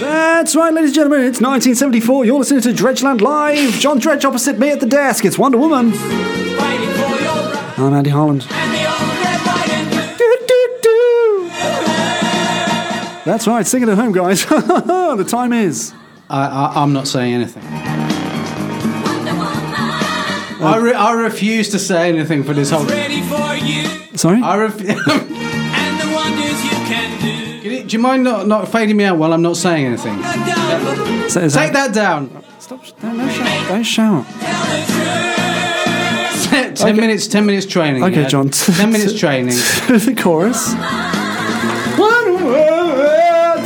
That's right, ladies and gentlemen, it's 1974. You're listening to Dredgeland Live. John Dredge opposite me at the desk. It's Wonder Woman. I'm Andy Holland. Do-do-do. That's right, sing it at home, guys. the time is. I, I, I'm not saying anything. I, re- I refuse to say anything for this whole. Ready for you Sorry? I ref- and the wonders you can do. Do you mind not, not fading me out while I'm not saying anything? Look down, Say- say- Take that down. Stop. sh- Don't, don't shout. Don't shout. tell the truth. ten minutes. Ten minutes training. Okay, yeah. John. ten minutes training. the chorus. Do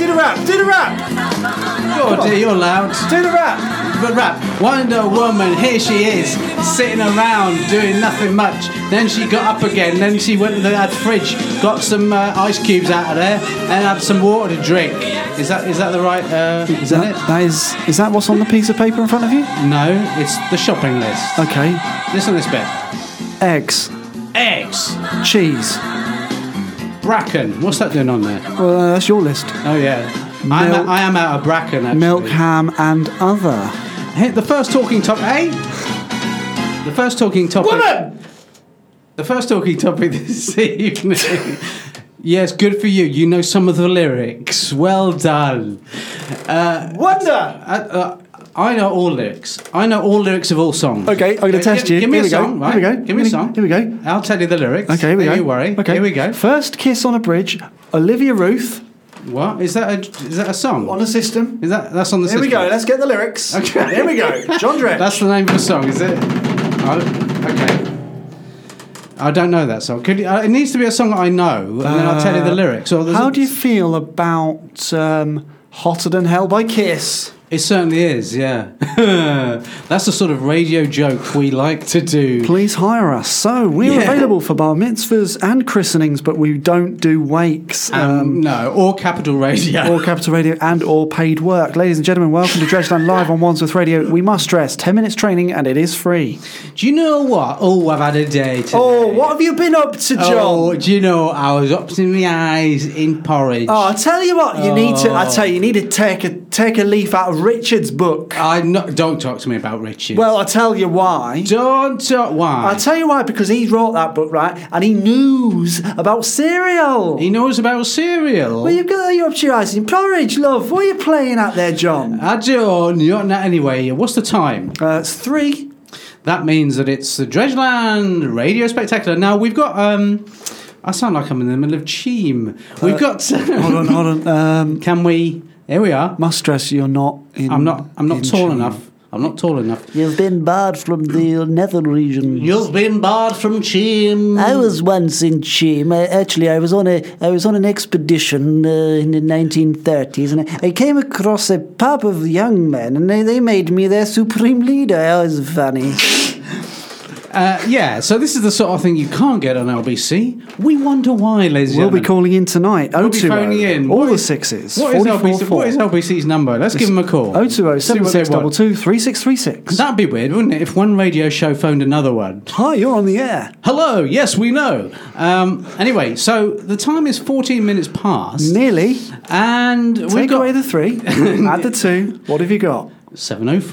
the rap. Do the rap. Oh dear, you're loud. Do the rap. But rap, Wonder Woman, here she is, sitting around doing nothing much. Then she got up again, then she went to that fridge, got some uh, ice cubes out of there, and had some water to drink. Is that is that the right? Uh, is that That, it? that is. Is that what's on the piece of paper in front of you? No, it's the shopping list. Okay. This on this bit. Eggs. Eggs, Cheese. Bracken. What's that doing on there? Well, uh, that's your list. Oh yeah, I'm Milk. a, I am out of Bracken. Actually. Milk, ham, and other. Hey, the first talking topic. Hey, the first talking topic. The first talking topic this evening. yes, good for you. You know some of the lyrics. Well done. Wonder. I, uh, I know all lyrics. I know all lyrics of all songs. Okay, I'm gonna Give- test give- you. Give me Here a we go. song. Right? Here we go. Give me a Here we- song. here we go. I'll tell you the lyrics. Okay, here we Don't go. you worry. Okay, Here we go. First kiss on a bridge. Olivia Ruth What is that? A, is that a song? on a system. Is that that's on the Here we system? go. Let's get the lyrics. Okay. Here we go. John Dredge. That's the name of the song, is it? Oh, okay. I don't know that song. Could uh, it needs to be a song I know, and then I'll tell you the lyrics. Or there's Uh, How a- do you feel about um, Hotter Than Hell by Kiss? It certainly is, yeah. That's the sort of radio joke we like to do. Please hire us. So we're Yeah. available for bar mitzvahs and christenings, but we don't do wakes. Um, Um, no, or Capital Radio. or Capital Radio and or paid work. Ladies and gentlemen, welcome to Dredgeland Live on Wandsworth Radio. We must stress 10 minutes training and it is free. do you know what? Oh, I've had a day today. Oh, what have you been up to, John? Oh, do you know I was up to my eyes in porridge. Oh, I tell you what, you need to. Oh. I tell you, you need to take a take a leaf out of Richard's book. I no, don't talk to me about Richard. Well, I tell you why. don't talk. Why? I'll tell you why, because he wrote that book, right? And he knows about cereal. he knows about cereal. Well, you've got you up to your eyes in porridge, love. What are you playing at there, John? I don't. Not not anyway. What's the time? Uh, it's three. That means that it's the Dredgeland Radio Spectacular. Now we've got. um I sound like I'm in the middle of Cheam. Uh, We've got. Hold on, hold on. Um, Can we? Here we are. must stress you're not in. I'm not. I'm not in tall tune. enough. I'm not tall enough. You've been barred from the nether region. You've been barred from Cheam. I was once in Chim. I, actually, I was on a I was on an expedition uh, in the 1930s, and I, I came across a pub of young men, and they, they made me their supreme leader. Oh, it's funny. Uh, yeah. So this is the sort of thing you can't get on LBC. We wonder why, ladies. We'll be and gentlemen. calling in tonight. We'll be 020, phoning in. All What the is- sixes. What is, 44 LBC, what is LBC's number? Let's give them a call. 020 See what they want. 7622 3636. That'd be weird, wouldn't it? If one radio show phoned another one. Hi, you're on the air. Hello, yes, we know. Um, anyway, so the time is 14 minutes past, Nearly. and we've Take got away the three, add the two. What have you got? 7.04.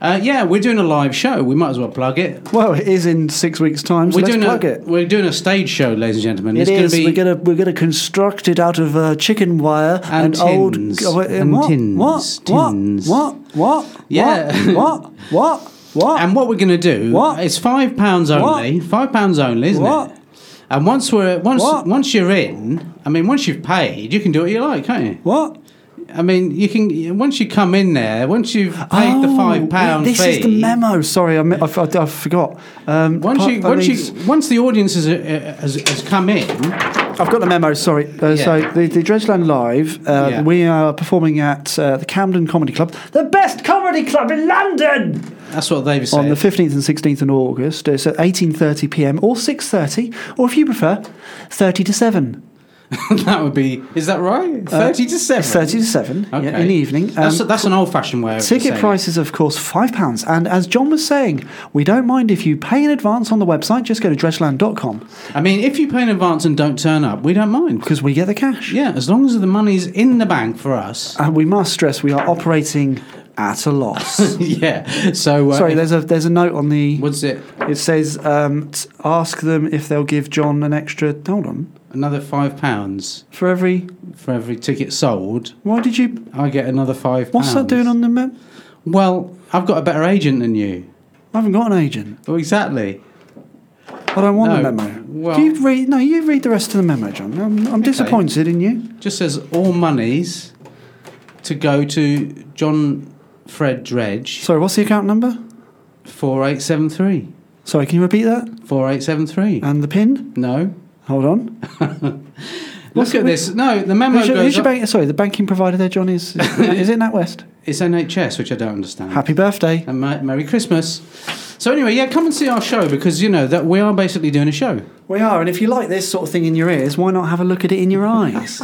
Uh, yeah, we're doing a live show. We might as well plug it. Well, it is in six weeks' time, so We're let's doing plug a, it. We're doing a stage show, ladies and gentlemen. It it's is. Gonna be, We're gonna we're gonna construct it out of uh, chicken wire And and, old tins. oh, wait, And what? tins. What? What? Tins. What? What? Yeah. What? What? What? What? and what we're going to do What? is five pounds only. Five pounds only, isn't What? it? And once we're once What? once you're in, I mean, once you've paid, you can do what you like, can't you? what? I mean, you can once you come in there, once you've paid the Oh, five pound This fee. is the memo. Sorry, I, me- I, f- I- I forgot. Um, Once part- you, I once mean- you, once the audience has, uh, has, has come in, I've got the memo, sorry. Uh, So, Yeah. the, the Dredgeland Live, uh, Yeah. we are performing at uh, the Camden Comedy Club, the best comedy club in London! that's what they've said. on the 15th and 16th of uh, August. It's at 18:30 p.m. or 6:30, or if you prefer, 30 to 7. that would be. Is that right? Thirty to seven. Uh, Thirty to seven yeah, Okay. in the evening. that's, Um, that's an old-fashioned way. Of Ticket saying it. prices, of course, five pounds. And as John was saying, we don't mind if you pay in advance on the website. Just go to dredgeland.com I mean, if you pay in advance and don't turn up, we don't mind. because we get the cash. Yeah, as long as the money's in the bank for us. And we must stress we are operating at a loss. yeah. So uh, Sorry, if- there's a there's a note on the. what's it? It says um, t- ask them if they'll give John an extra. Hold on. Another five pounds For every. for every ticket sold. Why did you? I get another five. What's that pounds. doing on the map? Well, I've got a better agent than you. I haven't got an agent. Oh, exactly. I don't want the No, memo. well- Do you read? No, you read the rest of the memo, John. I'm, I'm disappointed in you. Just says all monies to go to John Fred Dredge Sorry, what's the account number? four eight seven three. Sorry, can you repeat that? Four eight seven three. And the pin? No. Hold on. Look at this. No, the memo Who's your, who's goes. your Up. bank, sorry, the banking provider there, John, is, is, is it NatWest? It's NHS, which I don't understand. Happy birthday. And Ma- Merry Christmas. So anyway, yeah, come and see our show because you know that we are basically doing a show. We are, and if you like this sort of thing in your ears, why not have a look at it in your eyes?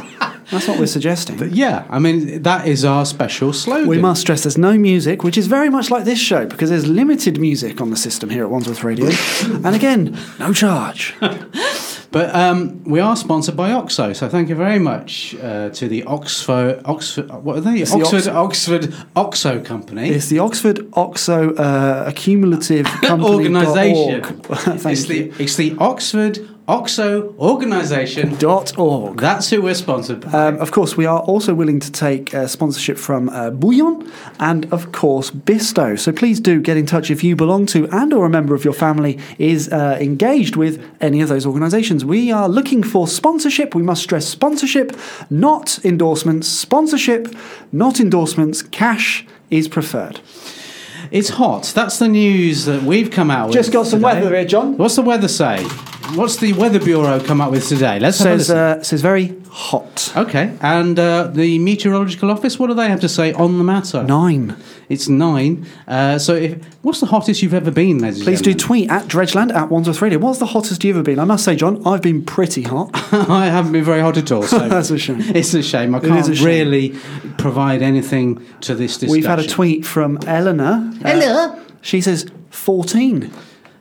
That's what we're suggesting. Yeah, I mean that is our special slogan. We must stress there's no music, which is very much like this show because there's limited music on the system here at Wandsworth Radio. and again, no charge. But um, we are sponsored by Oxo, so thank you very much uh, to the Oxford Oxford. What are they? the Oxford Oxford Oxo Company. It's the Oxford Oxo uh, Accumulative Company. organisation. Thank It's you. the it's the Oxford Oxo organisation. Dot org. That's who we're sponsored by. Um, of course, we are also willing to take uh, sponsorship from uh, Bouillon and, of course, Bisto. So please do get in touch if you belong to and or a member of your family is uh, engaged with any of those organisations. We are looking for sponsorship. We must stress sponsorship, not endorsements. Sponsorship, not endorsements. Cash is preferred. It's hot. That's the news that we've come out with. Just got some today. weather here, John. What's the weather say? What's the weather bureau come up with today? Let's have a Says listen. uh, says very hot. okay, and uh, the meteorological office. What do they have to say on the matter? Nine. It's nine. Uh, so, if what's the hottest you've ever been, ladies? and Please do gentlemen? tweet at Dredgeland at Wandsworth Radio. What's the hottest you've ever been? I must say, John, I've been pretty hot. I haven't been very hot at all. So That's a shame. It's a shame. I is can't a shame. really provide anything to this discussion. We've had a tweet from Eleanor. Eleanor. she says 14.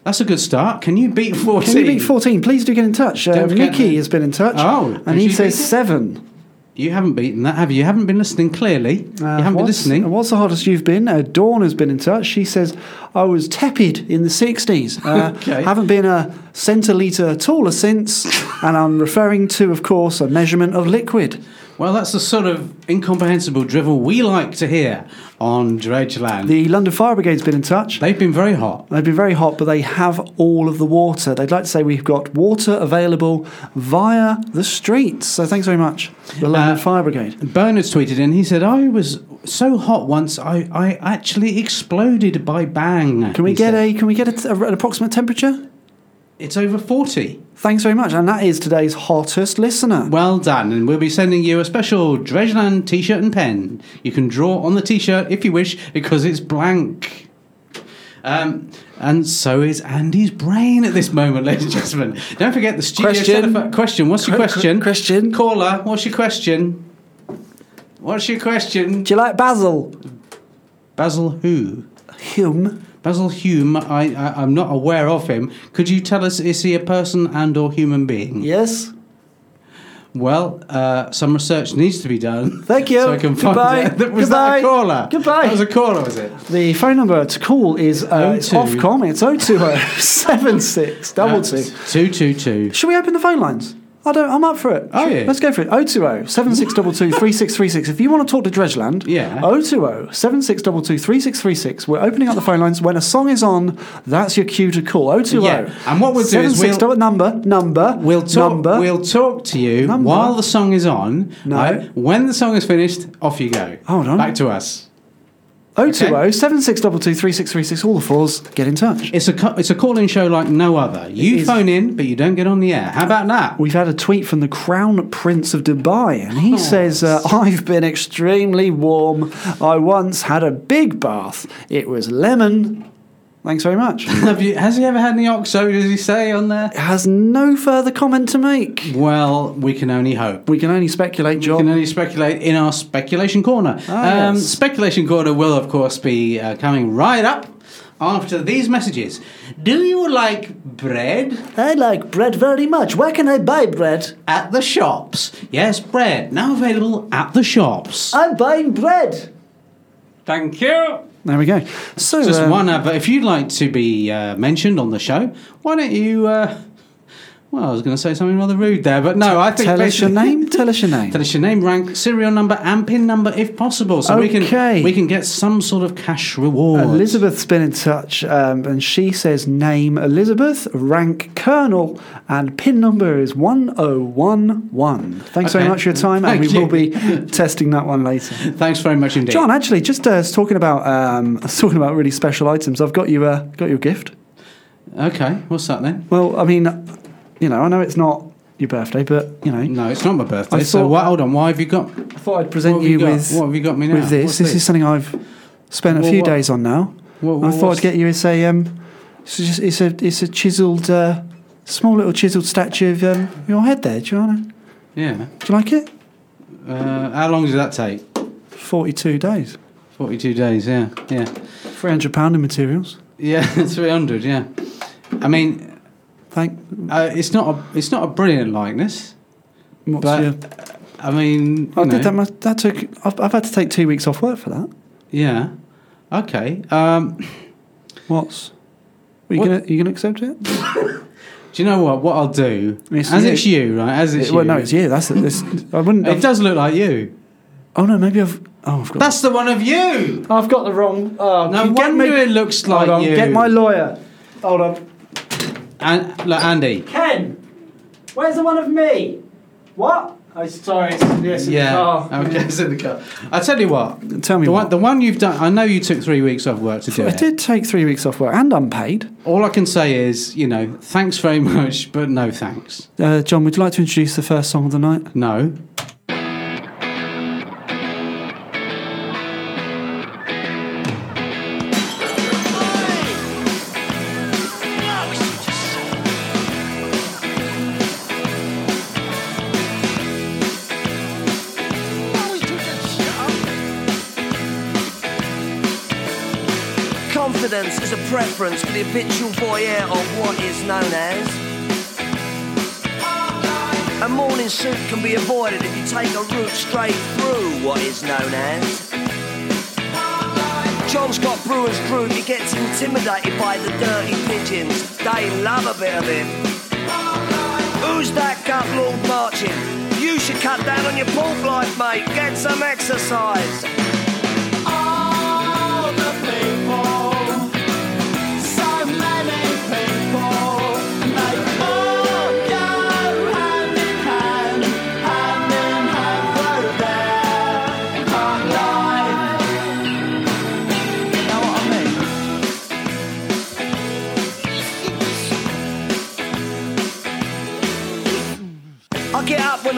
That's a good start. Can you beat fourteen? Can you beat 14? Please do get in touch. Uh, Don't forget Nikki that. has been in touch. Oh, and did he she says beat it? seven. You haven't beaten that, have you? You haven't been listening clearly. you Uh, haven't been what's- listening. What's the hottest you've been? Uh, Dawn has been in touch. She says, I was tepid in the 60s. Uh, Okay. Haven't been a centiliter taller since. and I'm referring to, of course, a measurement of liquid. Well, that's the sort of incomprehensible drivel we like to hear on Dredgeland. The London Fire Brigade's been in touch. They've been very hot. They've been very hot, but they have all of the water. They'd like to say we've got water available via the streets. So thanks very much, the London Uh, Fire Brigade. Bernard's tweeted in. He said, "I was so hot once, I, I actually exploded by bang." Can we get a can we get a t- a- an approximate temperature? It's over forty. Thanks very much, and that is today's hottest listener. Well done, and we'll be sending you a special Dredgeland T-shirt and pen. You can draw on the T-shirt if you wish because it's blank. Um, and so is Andy's brain at this moment, ladies and gentlemen. Don't forget the studio Question. telephone- question. What's your Qu- qu- question? question. Caller, what's your question? What's your question? Do you like Basil Basil who? Hume? Basil Hume, I, I, I'm not aware of him. Could you tell us, is he a person and or human being? Yes. Well, uh, some research needs to be done. Thank you. So I can find Goodbye. out. Was Goodbye. that a caller? Goodbye. That was a caller, was it? The phone number to call is uh, it's 02. Ofcom. It's 0276 double two. Two two two. Should we open the phone lines? I don't. I'm up for it. Are Sure. you? Let's go for it. 020 7622 3636. If you want to talk to Dredgeland, Yeah. 020 7622 3636. We're opening up the phone lines. When a song is on, that's your cue to call. 020. Yeah. And what we'll do is 76 we'll- number, number, We'll talk. number. We'll talk to you Number. while the song is on. No. When the song is finished, off you go. Hold on. Back to us. 020 7622 3636. All the fours, get in touch. It's a co- it's a call-in show like no other. It You is. phone in, but you don't get on the air. How about that? We've had a tweet from the Crown Prince of Dubai, and Oh, he says, uh, I've been extremely warm. I once had a big bath. It was lemon Thanks very much. Have you, has he ever had any oxo, does he say, on there? Has no further comment to make. Well, we can only hope. We can only speculate, We can John. only speculate in our speculation corner. Ah, um, yes. Speculation corner will, of course, be uh, coming right up after these messages. Do you like bread? I like bread very much. Where can I buy bread? At the shops. Yes, bread. Now available at the shops. I'm buying bread. Thank you. There we go. So, Just um, one advert. If you'd like to be uh, mentioned on the show, why don't you? Uh, well, I was going to say something rather rude there, but no, I think tell us your basically- name. Tell us your name. Tell us your name, rank, serial number, and pin number if possible, so we Okay. can we can get some sort of cash reward. Elizabeth's been in touch um, and she says name Elizabeth, rank colonel, and pin number is 1011. Thanks very Okay. much for your time, and we Thank will be you. testing that one later. Thanks very much indeed. John, actually, just uh, talking about um, talking about really special items, I've got you uh, got your gift. Okay, what's that then? Well, I mean, you know, I know it's not your birthday, but you know, No, it's not my birthday. I so thought- why, hold on, why have you got? I thought I'd present What have you you got? with What have you got me now? with this. What's this. this? is something I've spent a Well, few what- days on now. I Well, well, thought what's- I'd get you as a um, it's just it's a it's a chiselled uh, small little chiselled statue of um, your head there. Do you want to, Yeah. Do you like it? Uh, how long does that take? Forty-two days, Forty-two days. Yeah. Yeah. three hundred pound in materials. Yeah. Three hundred. Yeah. I mean, Thank. uh, it's not a it's not a brilliant likeness. What's But, uh, your, I mean, I you know, did that. mu- That took. I've, I've had to take two weeks off work for that. Yeah. Okay. Um, What's? Are you What- gonna you gonna accept it? do you know what? What I'll do, It's as you. it's you, right? As it's It- well, you. no, it's you. That's it. It's, I wouldn't. It I've, does look like you. oh no, maybe I've. Oh, I've got. That's the one of you. I've got the wrong. Oh, No you wonder it looks like Hold on, you. get my lawyer. Hold on. An- look, Andy. Ken, where's the one of me? What? Oh, sorry. Yes, Yeah. okay, it's in the car. I tell you what. Tell me The what. one, the one you've done. I know you took three weeks off work to do I it. did take three weeks off work and unpaid. All I can say is, you know, thanks very much, but no thanks. Uh, John, would you like to introduce the first song of the night? No. Confidence is a preference for the habitual voyeur of what is known as. A morning suit can be avoided if you take a route straight through what is known as. John Scott Brewer's group, he gets intimidated by the dirty pigeons. They love a bit of him. Who's that gut lord marching? You should cut down on your pork life, mate. Get some exercise. "Oh, I get up when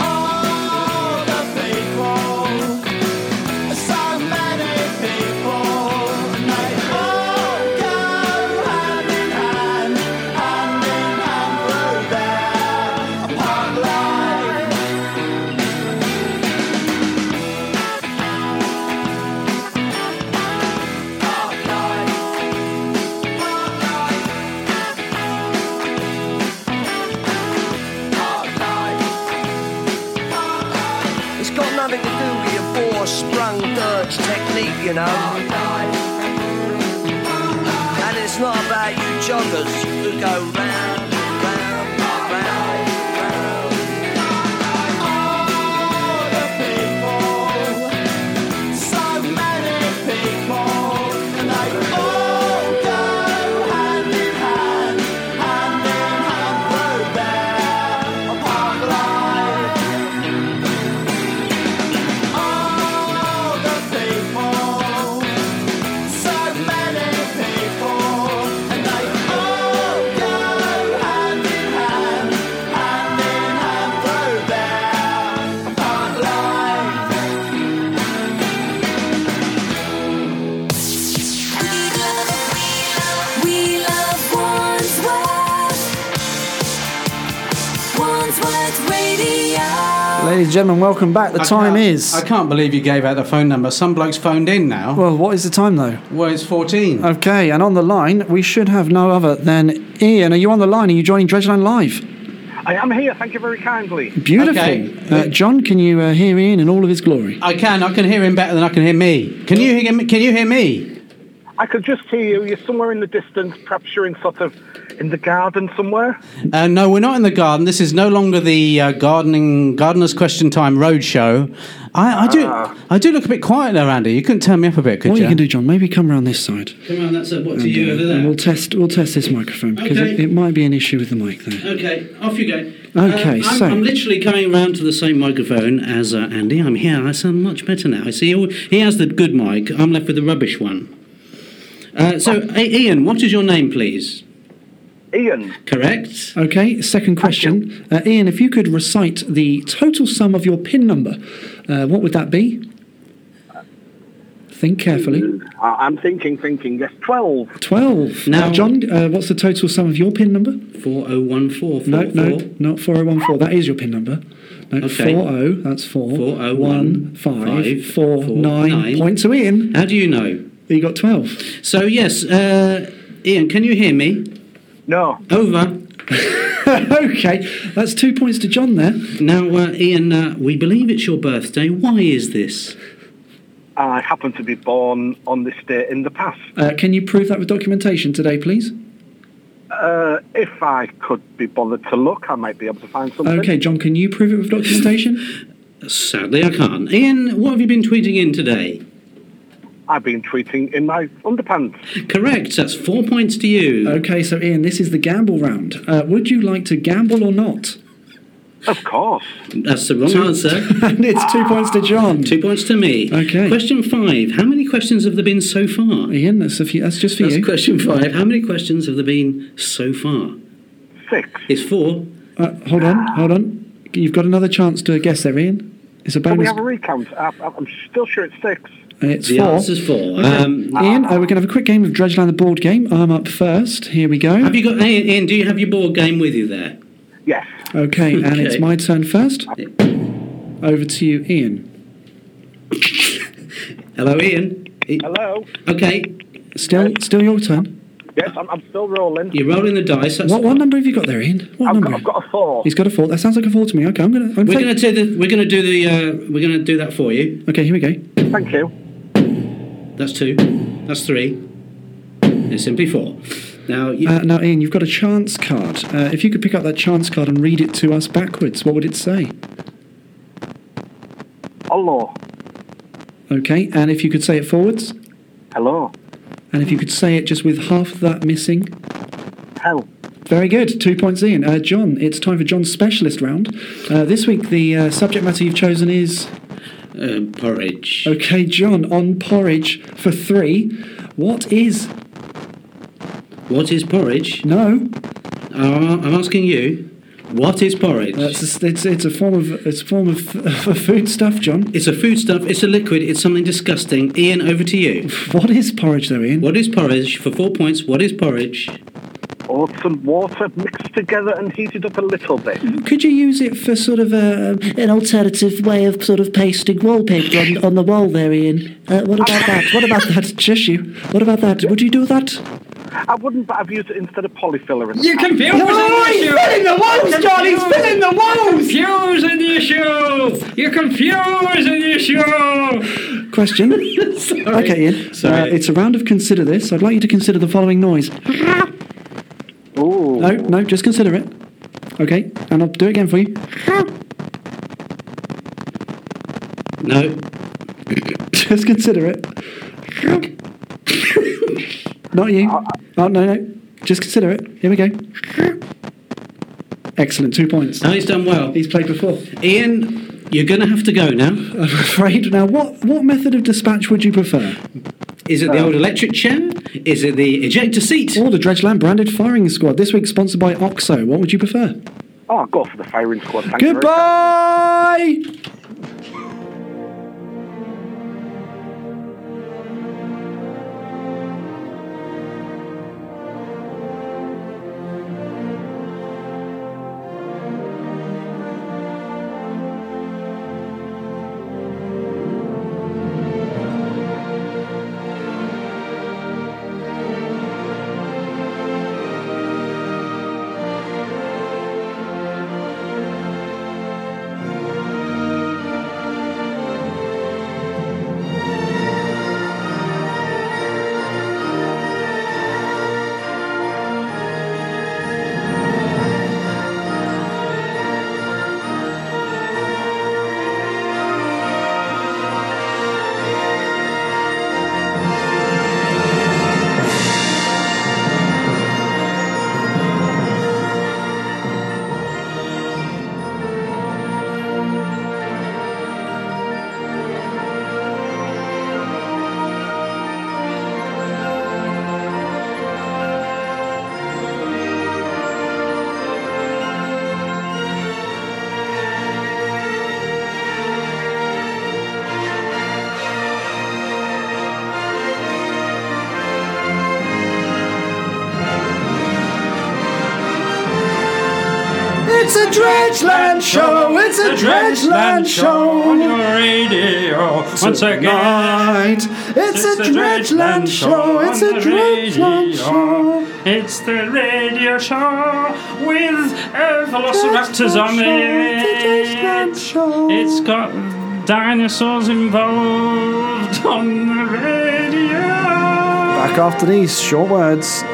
"Oh, It's got nothing to do with your four sprung dirge technique, you know. And it's not about you joggers who go round, round, round, round. Radio. Ladies and gentlemen, welcome back. The I time can't- is. I can't believe you gave out the phone number. Some bloke's phoned in now. Well, Uh, what is the time though? Well, it's 14. Okay, and on the line, we should have no other than Ian. Are you on the line? Are you joining Dredgeland Live? I am here. Thank you very kindly. Beautiful. Okay. Uh, John, can you uh, hear Ian in all of his glory? I can. I can hear him better than I can hear me. Can you hear me? Can you hear me? I could just hear you. You're somewhere in the distance. Perhaps you're in sort of in the garden somewhere. Uh, no, we're not in the garden. This is no longer the uh, gardening gardener's question time roadshow. I, I do. I do look a bit quiet there, Andy. You couldn't turn me up a bit, could What you? you can do, John, maybe come round this side. Come on, that's what And, uh, and we'll test we'll test this microphone because Okay. it, it might be an issue with the mic there. Okay, off you go. Uh, Okay, I'm, so- I'm literally coming round to the same microphone as uh, Andy. I'm here. I sound much better now. I see he- he has the good mic. I'm left with the rubbish one. Uh, so, I- Ian, what is your name, please? Ian, Correct. Okay, second question. Uh, Ian, if you could recite the total sum of your PIN number, uh, what would that be? Think carefully. I- I'm thinking, thinking. Yes, 12. 12. Now- Now, John, uh, what's the total sum of your PIN number? Four oh one four No, four no, not 4014. That is your PIN number. No, Okay. 40, that's 4. 401, 1, 5, five, 4, four, 9. nine. Point to Ian. How do you know? You got 12. So, yes, uh, Ian, can you hear me? No. Over. okay, that's two points to John there. Now, uh, Ian, uh, we believe it's your birthday. Why is this? I happen to be born on this day in the past. Uh, can you prove that with documentation today, please? Uh, if I could be bothered to look, I might be able to find something. Okay, John, can you prove it with documentation? Sadly, I can't. Ian, what have you been tweeting in today? I've been tweeting in my underpants. Correct. That's four points to you. okay, so Ian, this is the gamble round. Uh, would you like to gamble or not? Of course. That's the wrong answer. And it's two points to John. Two points to me. Okay. Question five. How many questions have there been so far? Ian, that's, a few, that's just for That's you. question five. How many questions have there been so far? Six. It's four. Uh, hold on, hold on. You've got another chance to guess there, Ian. It's a Can we bonus. have a recount? I, I- I'm still sure it's six. It's The four. answer's four. Um, Ian, uh, we're going to have a quick game of Dredgeland, the board game. I'm up first. Here we go. have you got Ian, Ian? Do you have your board game with you there? Yes. Okay, and Okay. it's my turn first. Over to you, Ian. Hello, Ian. I- Hello. Okay, Still, still your turn. Yes, I'm, I'm still rolling. you're rolling the dice. That's What, what number have you got there, Ian? What I've number? got, I've got a four. He's got a four. That sounds like a four to me. Okay, I'm gonna. I'm We're take- gonna do the. We're gonna do the. Uh, we're gonna do that for you. Okay, here we go. Thank you. That's two. That's three. It's simply four. Now, you, Uh, now, Ian, you've got a chance card. Uh, if you could pick up that chance card and read it to us backwards, what would it say? Hello. Okay, and if you could say it forwards, Hello. and if you could say it just with half of that missing. Hell. Very good. Two points, Ian. Uh, John, it's time for John's specialist round. Uh, this week, the uh, subject matter you've chosen is um, porridge. okay, John on porridge for three. What is What is porridge? no? Uh, I'm asking you. What is porridge? That's a, it's it's a form of it's a form of, of food stuff, John. it's a foodstuff. It's a liquid. It's something disgusting. Ian, over to you. What is porridge, though, Ian? What is porridge? For four points. What is porridge? Oats and water mixed together and heated up a little bit. Could you use it for sort of a An alternative way of sort of pasting wallpaper on, on the wall there, Ian. Uh, what about that? What about that? Just you. What about that? Would you do that? I wouldn't, but I've used it instead of polyfiller. In the past. Confusing the issue. the walls, John. He's filling the walls. Confusing the issue. You're confusing the issue. Question. Okay, Ian. Uh, it's a round of consider this. I'd like you to consider the following noise. Ooh. No, no, just consider it. Okay, and I'll do it again for you. No. Just consider it. Not you. Oh no, no. Just consider it. Here we go. Excellent. Two points. No, he's done well. He's played before. Ian, you're gonna have to go now. I'm afraid. Now, what what method of dispatch would you prefer? Is it the old electric chair? Is it the ejector seat? Or the Dredgeland branded firing squad? This week sponsored by Oxo. What would you prefer? Oh, go for the firing squad. Thank you very Goodbye. It's a Dredgeland show. It's a Dredgeland on show. your radio once again. Tonight. It's a Dredgeland show. It's a on the radio. Dredgeland show. It's the radio show with uh, velociraptors Dredgeland on show. It's a it. Dredgeland show. It's got dinosaurs involved on the radio. Back after these short words.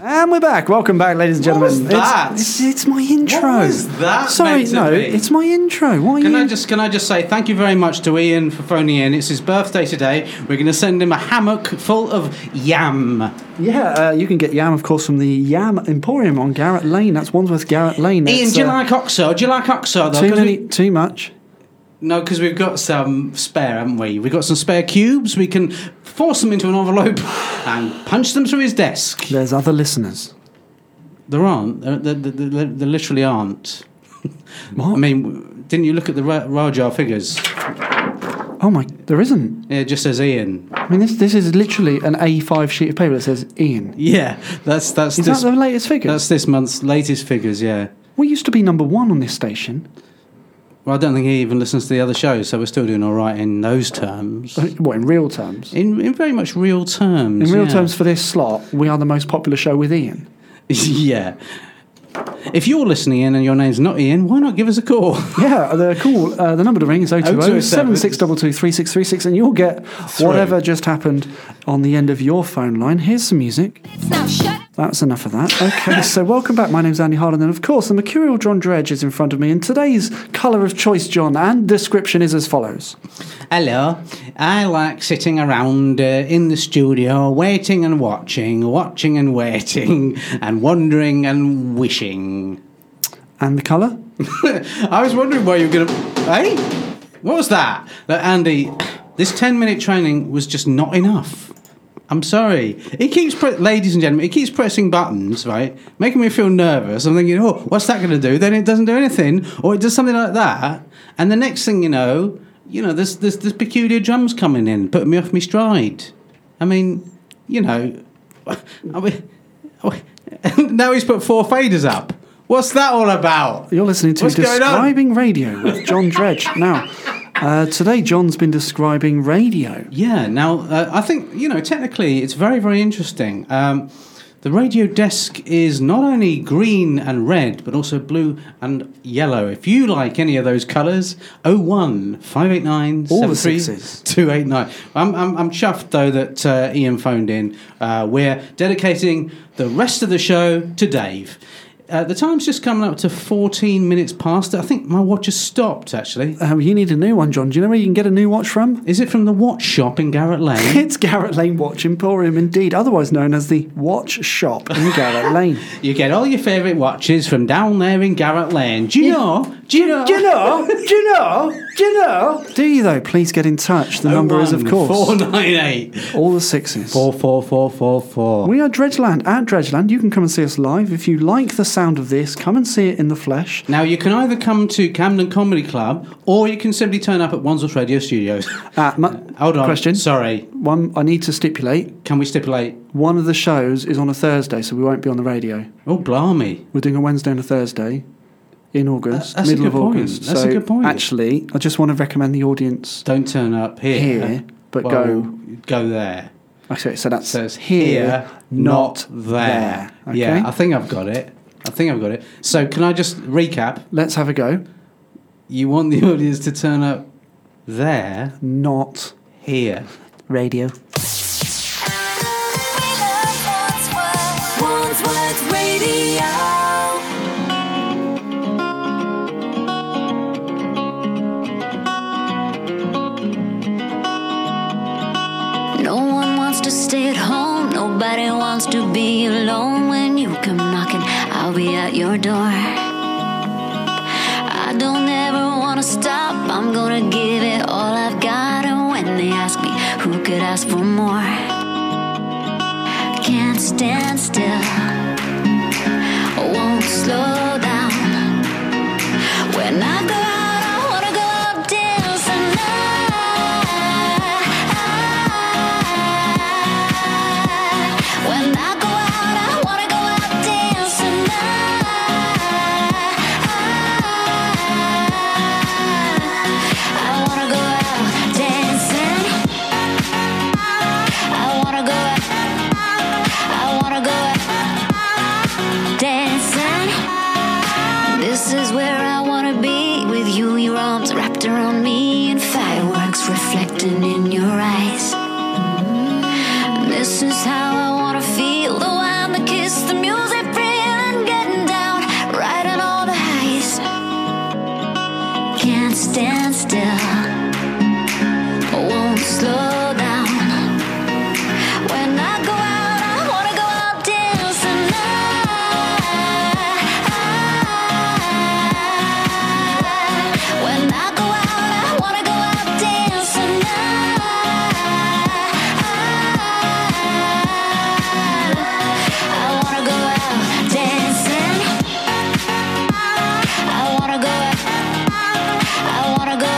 And we're back. Welcome back, ladies and gentlemen. What was that? It's, it's, it's my intro. What was that Sorry, meant to no, be? it's my intro. Why are Can you? I just can I just say thank you very much to Ian for phoning in. It's his birthday today. We're going to send him a hammock full of yam. Yeah, uh, you can get yam, of course, from the Yam Emporium on Garrett Lane. That's Wandsworth Garrett Lane. Ian, It's, do you uh, like oxo? Do you like oxo though? too 'Cause many, we- too much. no, because we've got some spare, haven't we? We've got some spare cubes. We can force them into an envelope and punch them through his desk. There's other listeners. There aren't. uh, There, there, there, there, there literally aren't. What? I mean, didn't you look at the Ra- Rajar figures? Oh my, there isn't. It just says Ian. I mean, this this is literally an A5 sheet of paper that says Ian. Yeah, that's that's Is this. that the latest figure? that's this month's latest figures. Yeah. We used to be number one on this station. Well, I don't think he even listens to the other shows, so we're still doing all right in those terms. Uh, What in real terms? In, in very much real terms. In real yeah. terms, for this slot, we are the most popular show with Ian. yeah. If you're listening in and your name's not Ian, why not give us a call? Yeah, the call, uh, the number to ring is 020 7622 3636, and you'll get whatever just happened on the end of your phone line. Here's some music. Now shut That's enough of that. Okay, so welcome back. My name's Andy Harlan, and of course, the mercurial John Dredge is in front of me, and today's colour of choice, John, and description is as follows. Hello. I like sitting around uh, in the studio, waiting and watching, watching and waiting, and wondering and wishing. And the colour? I was wondering why you were going to. Hey? What was that? Look, Andy, this 10 minute training was just not enough. I'm sorry. He keeps, pre- ladies and gentlemen, he keeps pressing buttons, right? Making me feel nervous. I'm thinking, oh, what's that going to do? Then it doesn't do anything, or it does something like that. And the next thing you know, you know, there's, there's, there's peculiar drums coming in, putting me off my stride. I mean, you know, I mean, now he's put four faders up. What's that all about? You're listening to What's going on? Describing Radio with John Dredge. Now, uh, today John's been describing radio. Yeah. Now, uh, I think you know. Technically, it's very, very interesting. Um, the radio desk is not only green and red, but also blue and yellow. If you like any of those colours, 01 589 All the 73 sixes. 289. I'm, I'm, I'm chuffed, though, that uh, Ian phoned in. Uh, we're dedicating the rest of the show to Dave. Uh, the time's just coming up to 14 minutes past. I think my watch has stopped, actually. Um, you need a new one, John. Do you know where you can get a new watch from? Is it from the watch shop in Garrett Lane? It's Garrett Lane Watch Emporium, indeed, otherwise known as the Watch Shop in Garrett Lane. You get all your favourite watches from down there in Garrett Lane. Do you know? Do you know? Do you know? Do you know? Do you know? Oh, Do you though? Please get in touch. The number is, of Four course, nine eight. all the sixes. Four four four four four. We are Dredgeland at Dredgeland. You can come and see us live. If you like the sound of this, come and see it in the flesh. Now you can either come to Camden Comedy Club or you can simply turn up at Wandsworth Radio Studios. Uh, mu- Hold on. Question. Sorry. One, I need to stipulate. Can we stipulate? One of the shows is on a Thursday, so we won't be on the radio. Oh blimey. We're doing a Wednesday and a Thursday in August, that's a middle good of point. August. That's a so good point. Actually, I just want to recommend the audience. Don't turn up here. Here, but Well, go- Go there. Actually, so that's So it's here, not there. Okay. Yeah, I think I've got it. I think I've got it. So can I just recap? Let's have a go. You want the audience to turn up there, Not here. Radio. We love Wandsworth, Wandsworth Radio. No one wants to stay at home. Nobody wants to be alone. When you come knocking, I'll be at your door. I don't ever wanna stop. I'm gonna give it all I've got. And when they ask me, who could ask for more? can't stand still. Won't slow down. When I go out, I wanna go out till sunrise. can't stand still. I won't slow down. When I go out, I wanna go out dancing. I, when I go out, I wanna go out dancing. I, I wanna go out dancing. I wanna go out. I wanna go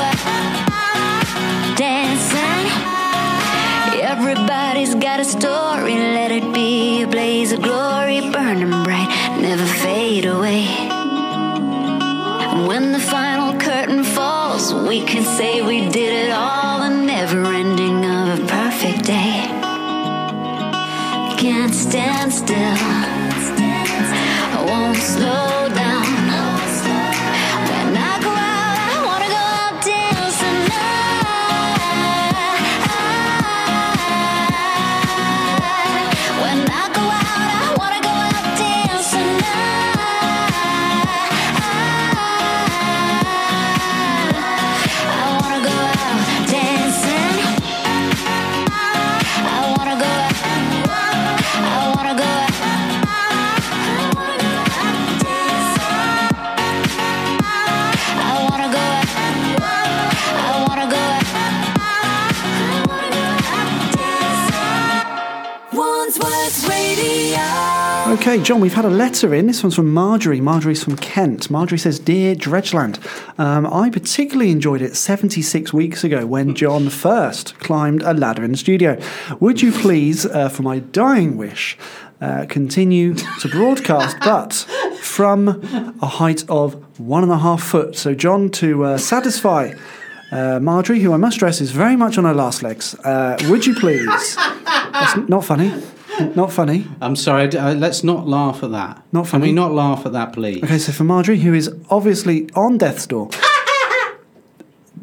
out dancing. Everybody's got a story, let it be a blaze of glory, burning bright, never fade away. When the final curtain falls, we can say we did it all, the never ending of a perfect day. Can't stand still. I won't slow down. When I go out, I wanna go out dancing. I, when I go out, I wanna go out dancing. I, I wanna go out dancing. I wanna go out. I wanna go out. I wanna go out dancing. I wanna go out. I wanna go out. I wanna go out dancing. Once was radio. Okay, John, we've had a letter in. This one's from Marjorie. Marjorie's from Kent. Marjorie says, Dear Dredgeland, um, I particularly enjoyed it 76 weeks ago when John first climbed a ladder in the studio. Would you please, uh, for my dying wish, uh, continue to broadcast, but from a height of one and a half foot? So, John, to uh, satisfy uh, Marjorie, who I must stress is very much on her last legs, uh, would you please? That's n- not funny. Not funny. I'm sorry. d- uh, let's not laugh at that. Not Can funny. we not laugh at that, please? Okay, so for Marjorie, who is obviously on death's door,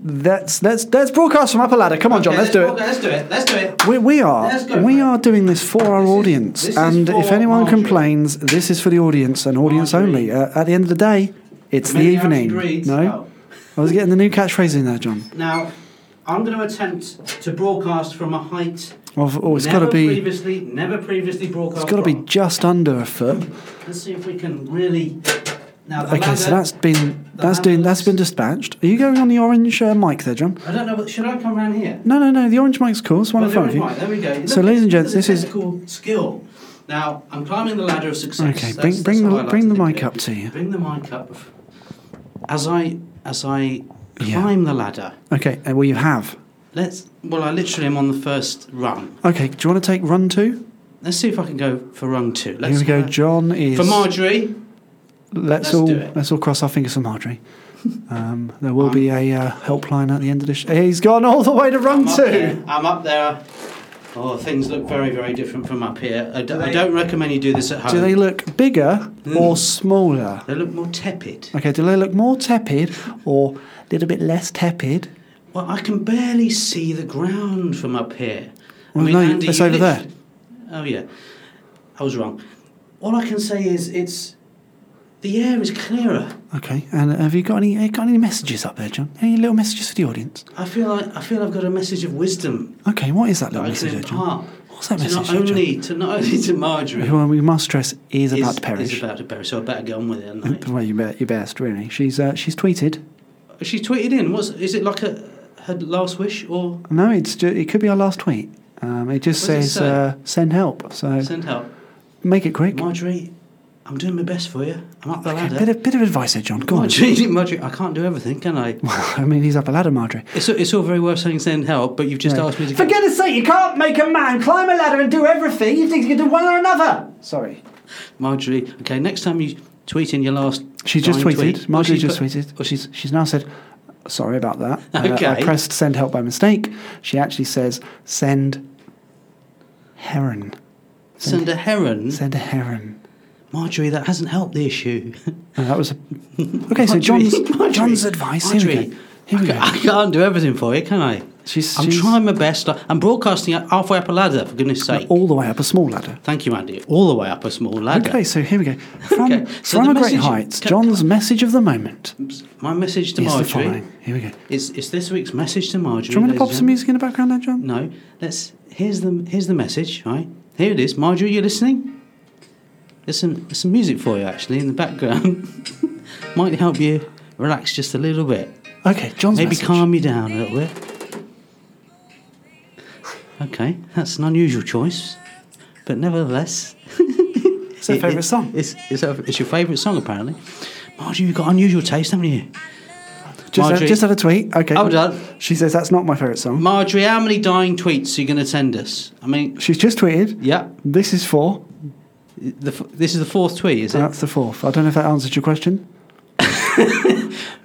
let's let's let's broadcast from up a ladder. Come on, John, Okay, let's do walk- it. Let's do it. Let's do it. We, we are Let's go we for it. are doing this for our This is- audience, this is and if for anyone Marjorie. complains, this is for the audience and audience only. Marjorie. Uh, at the end of the day, it's the Maybe I evening. should read. No, I was getting the new catchphrase in there, John. Oh. Now, I'm going to attempt to broadcast from a height. Of, oh, it's got never to be previously, never previously broadcast. it's got to be from. just under a foot. Let's see if we can really. Now, the Okay, so ladder- that's been the that's doing that's ladder's- been dispatched. Are you going on the orange uh, mic there, John? I don't know. What, should I come round here? No, no, no. The orange mic's cool. It's one Well, in front of there you. is mine, There we go. So, ladies and gents, this is- called skill. Now, I'm climbing the ladder of success. Okay, bring- That's- bring that's the- how I like bring to the think mic of it. up to you. Bring the mic up. As I as I Yeah. climb the ladder, Okay, uh, well, you have. let's. Well, I literally am on the first rung. Okay, do you want to take run two? Let's see if I can go for rung two. Here Let's we go. have a- John is. For Marjorie, let's let's all do it. let's all cross our fingers for Marjorie. Um, there will be a uh, helpline at the end of this. Sh- he's gone all the way to run I'm up two. there. I'm up there. Oh, things look very, very different from up here. I, d- I don't recommend you do this at home. Do they look bigger Mm. or smaller? They look more tepid. Okay, do they look more tepid or a little bit less tepid? Well, I can barely see the ground from up here. Well, no, it's you over lit- there. Oh yeah, I was wrong. All I can say is it's the air is clearer. Okay, and have you got any have you got any messages up there, John? Any little messages for the audience? I feel like I feel I've got a message of wisdom Okay, what is that that little I can message, there, John? impart. What's that to message, Not there, John? only to not only to Marjorie. Who we must stress is is- about to perish. Is about to perish. So I better get on with it. Aren't Well, you bet, your best, really. She's uh, she's tweeted. I? She tweeted in. What's is it like a her last wish or No, it's ju- it could be our last tweet. Um, it just What says does it say? Uh, send help. So send help? make it quick. Marjorie, I'm doing my best for you. I'm up the Okay, ladder. bit of bit of advice there, John. Go on. Marjorie, Marjorie, I can't do everything, can I? I mean, he's up a ladder, Marjorie. It's, it's all very well saying send help, but you've just Yeah. asked me to For goodness' sake, you can't make a man climb a ladder and do everything. You think you can do one or another? Sorry. Marjorie, okay, next time you tweet in your last. She just dying tweeted. Tweet, Oh, Marjorie Well, just she put- tweeted. Well, she's she's now said, sorry about that. Uh, I Okay. pressed send help by mistake. She actually says send heron. Send a heron. Send a heron. Marjorie, that hasn't helped the issue. Uh, that was a... okay. so Marjorie, John's Marjorie, John's advice. Here we Marjorie, go. Here we I go. can't do everything for you, can I? She's, I'm she's trying my best. I'm broadcasting halfway up a ladder, for goodness sake. all the way up a small ladder. Thank you, Andy. All the way up a small ladder. Okay, so here we go. From, Okay, so from the a great message- heights, can- John's message of the moment My message to is the Marjorie. following. Here we go. It's, it's this week's message to Marjorie. Do you want me to ladies pop some and music in the background there, John? gentlemen. No. Let's. Here's the here's the message. Right. Here it is. Marjorie, you listening? There's some there's some music for you actually in the background. Might help you relax just a little bit. Okay, John's Mm. Maybe message. calm you down a little bit. Okay, that's an unusual choice, but nevertheless, It's their it- favourite it- song. It's, it's, her- it's your favourite song, apparently. Marjorie, you've got unusual taste, haven't you? Just, had, Marjorie- Oh, just had a tweet. Okay. Hold on. She says that's not my favourite song. Marjorie, how many dying tweets are you going to send us? I mean, She's just tweeted. yeah, This is four. the, f- this is the fourth tweet, is it? That's the fourth. I don't know if that answered your question.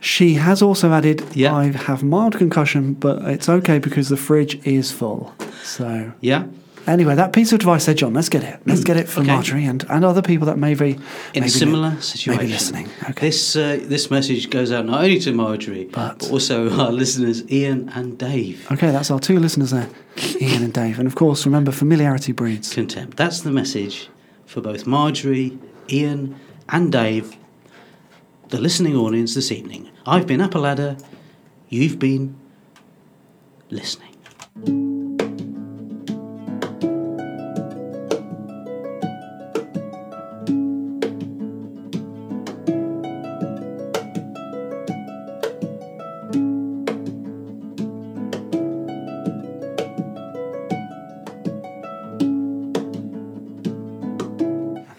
she has also added, Yeah. I have mild concussion, but it's okay because the fridge is full. So, yeah. anyway, that piece of advice there, John, let's get it. Let's get it for Mm. Okay. Marjorie and, and other people that may be In may be a similar li- situation. May be listening. Okay. This, uh, this message goes out not only to Marjorie, But- but also our listeners, Ian and Dave. okay, that's our two listeners there, Ian and Dave. And of course, remember, familiarity breeds. contempt. That's the message for both Marjorie, Ian, and Dave, the listening audience this evening. I've been up a ladder, you've been listening.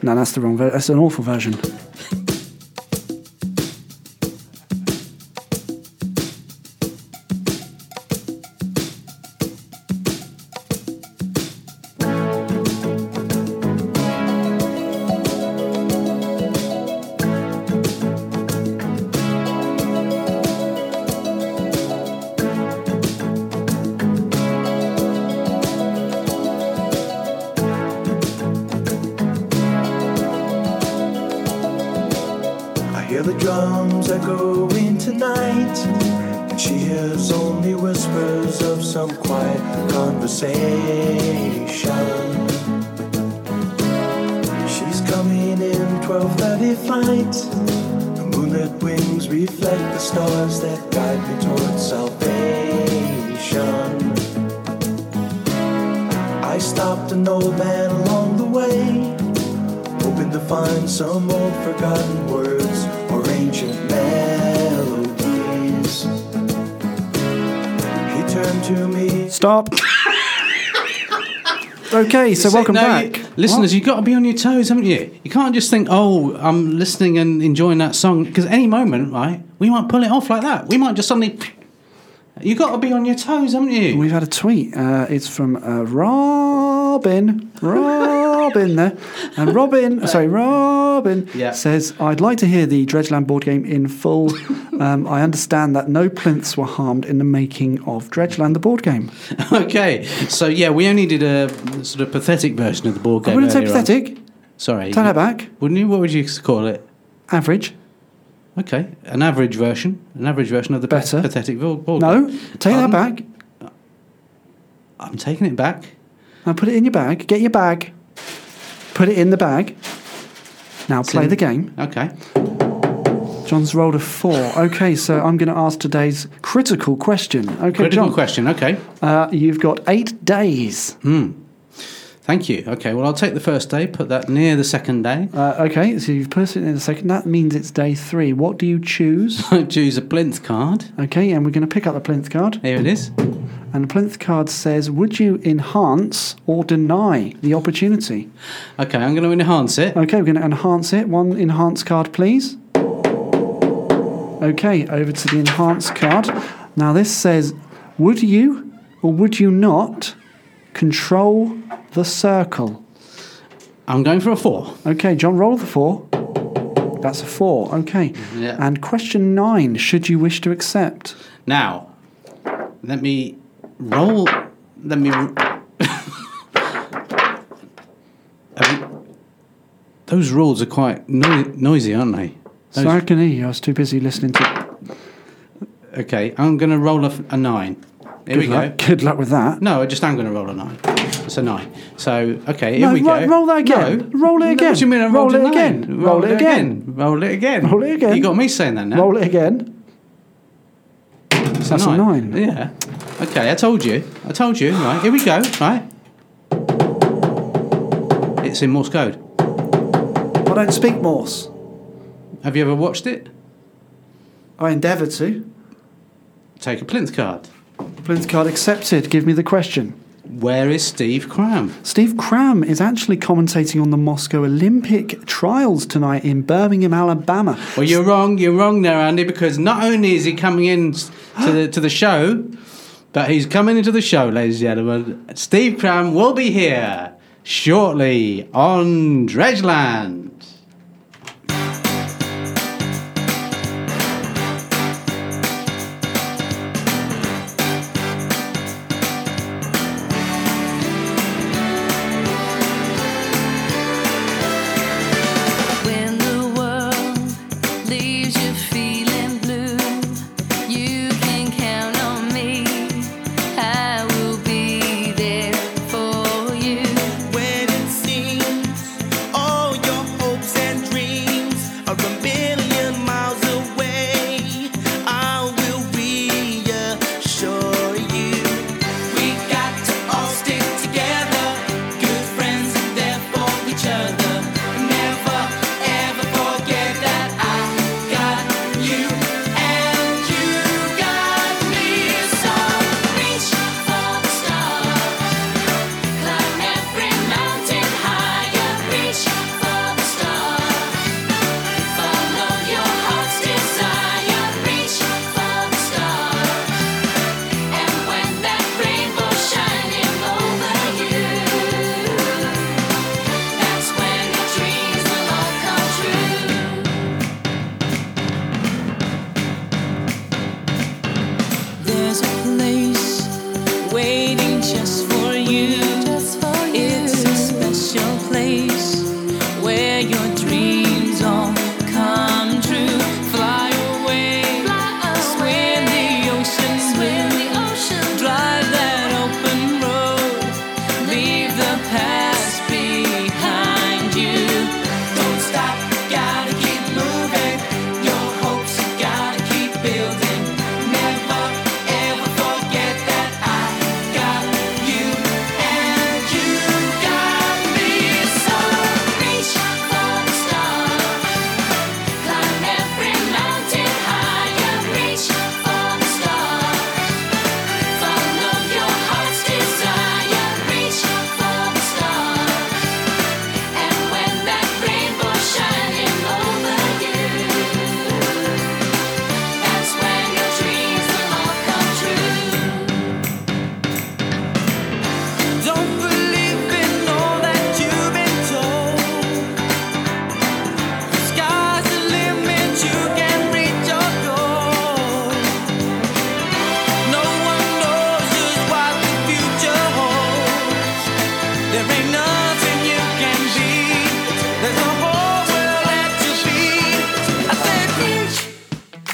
No, that's the wrong version. That's an awful version. I hear the drums echoing tonight, and she hears only whispers of some quiet conversation. She's coming in 12:30 flight. The moonlit wings reflect the stars that guide me towards salvation. I stopped an old man along the way hoping to find some old forgotten words or ancient melodies. He turned to me. Stop. okay, so See, welcome no, back. you- listeners, you've got to be on your toes, haven't you? You can't just think, oh, I'm listening and enjoying that song, because any moment, right, we might pull it off like that. We might just suddenly. You've got to be on your toes, haven't you? We've had a tweet. Uh, it's from uh, Robin. Robin there. And Robin, sorry, Robin Yeah. says, I'd like to hear the Dredgeland board game in full. um, I understand that no plinths were harmed in the making of Dredgeland, the board game. okay, so yeah, we only did a sort of pathetic version of the board game. I wouldn't say earlier on. pathetic. Sorry. Turn that back. Wouldn't you? What would you call it? Average. Okay, an average version, an average version of the Better. pathetic vo- board No, game. take that Um, back. I'm taking it back. Now put it in your bag. Get your bag. Put it in the bag. Now play in- the game. Okay, John's rolled a four. Okay, so I'm going to ask today's critical question. Okay, critical John. question. Okay, Uh, you've got eight days. thank you. Okay, well I'll take the first day, put that near the second day. Uh, okay, so you've put it in a second. That means it's day three. What do you choose? I choose a plinth card. Okay, and we're going to pick up the plinth card. Here it is. And the plinth card says, Would you enhance or deny the opportunity? Okay, I'm going to enhance it. Okay, we're going to enhance it. One enhance card, please. Okay, over to the enhance card. Now this says, Would you or would you not control the circle? I'm going for a four. Okay, John, roll the four. That's a four. Okay. Yeah. And question nine: Should you wish to accept? Now, let me roll. Let me. Um, Those rules are quite noi- noisy, aren't they? Those- Sorry, I can hear you. I was too busy listening to. Okay, I'm going to roll a, f- a nine. Here we Good luck. go. Good luck with that. No, I just am going to roll a nine. It's a nine. So, okay, here No, we go. ro- roll that again. No. Roll it No, again. What do you mean I Roll rolled a it again. nine? Roll it again. Roll it again. Roll it again. You got me saying that now. Roll it again. It's That's a nine. Yeah. Okay, I told you. I told you. Right, here we go. Right. It's in Morse code. I don't speak Morse. Have you ever watched it? I endeavoured to. Take a plinth card. Plinth card accepted. Give me the question. Where is Steve Cram? Steve Cram is actually commentating on the Moscow Olympic trials tonight in Birmingham, Alabama. Well, you're wrong. You're wrong there, Andy, because not only is he coming in s- to the to the show, but he's coming into the show, ladies and gentlemen. Steve Cram will be here shortly on Dredgeland. When the world leaves you feeling blue, you can count on me. I will be there for you. When it seems all your hopes and dreams are a million miles away, I will reassure you. We got to all stick together, good friends and there for each other. Never ever forget that I got you and you got me. So reach for the stars. Climb every mountain higher, reach for the stars. Follow your heart's desire, reach for the stars. And when that rainbow shining over you, that's when your dreams will all come true. There's a place waiting just for you. Just for you. It's a special place where your dreams all come true. Fly away, swim the ocean blue. Drive that open road, leave the past behind you. Don't stop, gotta keep moving. Your hopes, you gotta keep building. Never ever forget that I got you and you got me. So reach for the stars, climb every mountain higher. Reach for the stars, follow your heart's desire. Reach for the stars, and when that rainbow shining over you. That's when your dreams will all come true. Don't believe in all that you've been told. The sky's the limit, you can reach your goal. No one knows just what the future holds. There ain't nothing you can beat. There's a whole world at your feet. I said, reach.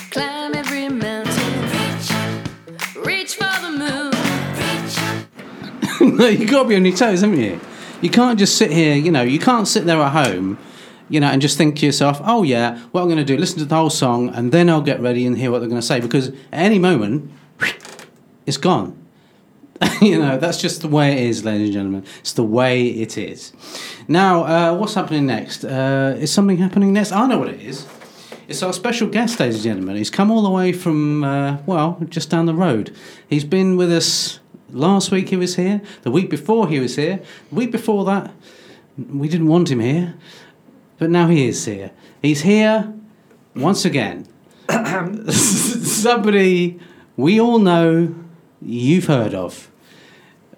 Climb every mountain. Reach. Reach for the moon. Reach. no, you got to be on your toes, haven't you? You can't just sit here, you know, you can't sit there at home, you know, and just think to yourself, oh, yeah, what I'm going to do, listen to the whole song, and then I'll get ready and hear what they're going to say, because at any moment, it's gone. you know, that's just the way it is, ladies and gentlemen. It's the way it is. Now, uh, what's happening next? Uh, is something happening next? I know what it is. It's our special guest, ladies and gentlemen. He's come all the way from, uh, well, just down the road. He's been with us last week, he was here. The week before, he was here. The week before that, we didn't want him here. But now he is here. He's here once again. Somebody we all know you've heard of.